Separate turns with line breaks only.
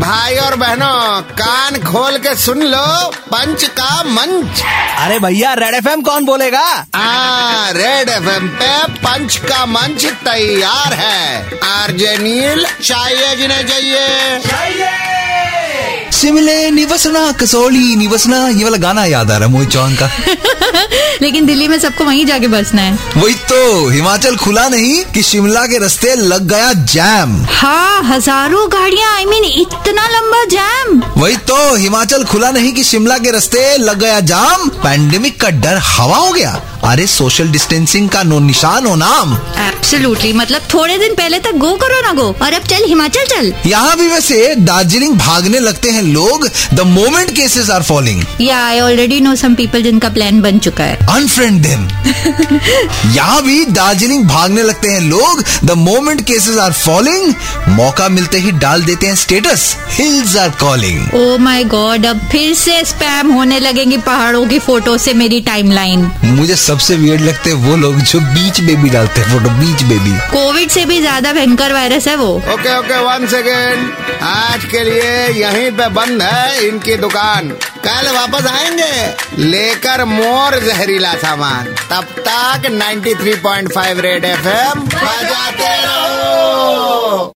भाई और बहनों कान खोल के सुन लो पंच का मंच
अरे भैया रेड एफ कौन बोलेगा
आ, रेड एफ पे पंच का मंच तैयार है आरजे नील चाहिए जिन्हें चाहिए
शिमले निवसना कसोली निवसना ये वाला गाना याद आ रहा है मोहित चौहान का
लेकिन दिल्ली में सबको वहीं जाके बसना है
वही तो हिमाचल खुला नहीं कि शिमला के रास्ते लग गया जैम
हाँ हजारों गाड़ियाँ आई मीन इतना लंबा जाम
वही तो हिमाचल खुला नहीं कि शिमला के रास्ते लग गया जाम पैंडेमिक का डर हवा हो गया अरे सोशल डिस्टेंसिंग का नो निशान हो नाम
एब्सोल्युटली मतलब थोड़े दिन पहले तक गो करो ना गो और अब चल हिमाचल चल
यहाँ भी वैसे दार्जिलिंग भागने लगते हैं लोग the moment cases are following
या I already know some people जिनका प्लान बन चुका है
अनफ्रेंड देम यहाँ भी दार्जिलिंग भागने लगते हैं लोग the moment cases are falling मौका मिलते ही डाल देते हैं status hills are calling
oh my god Oh अब फिर से स्पैम होने लगेंगी पहाड़ों की फोटो से मेरी टाइमलाइन
मुझे सबसे वियर्ड लगते हैं वो लोग जो बीच बेबी डालते हैं फोटो बीच बेबी
कोविड से भी ज्यादा भयंकर वायरस है वो
ओके ओके वन सेकेंड आज के लिए यहीं पे बंद है इनकी दुकान कल वापस आएंगे लेकर मोर जहरीला सामान तब तक 93.5 रेड एफ बजाते रहो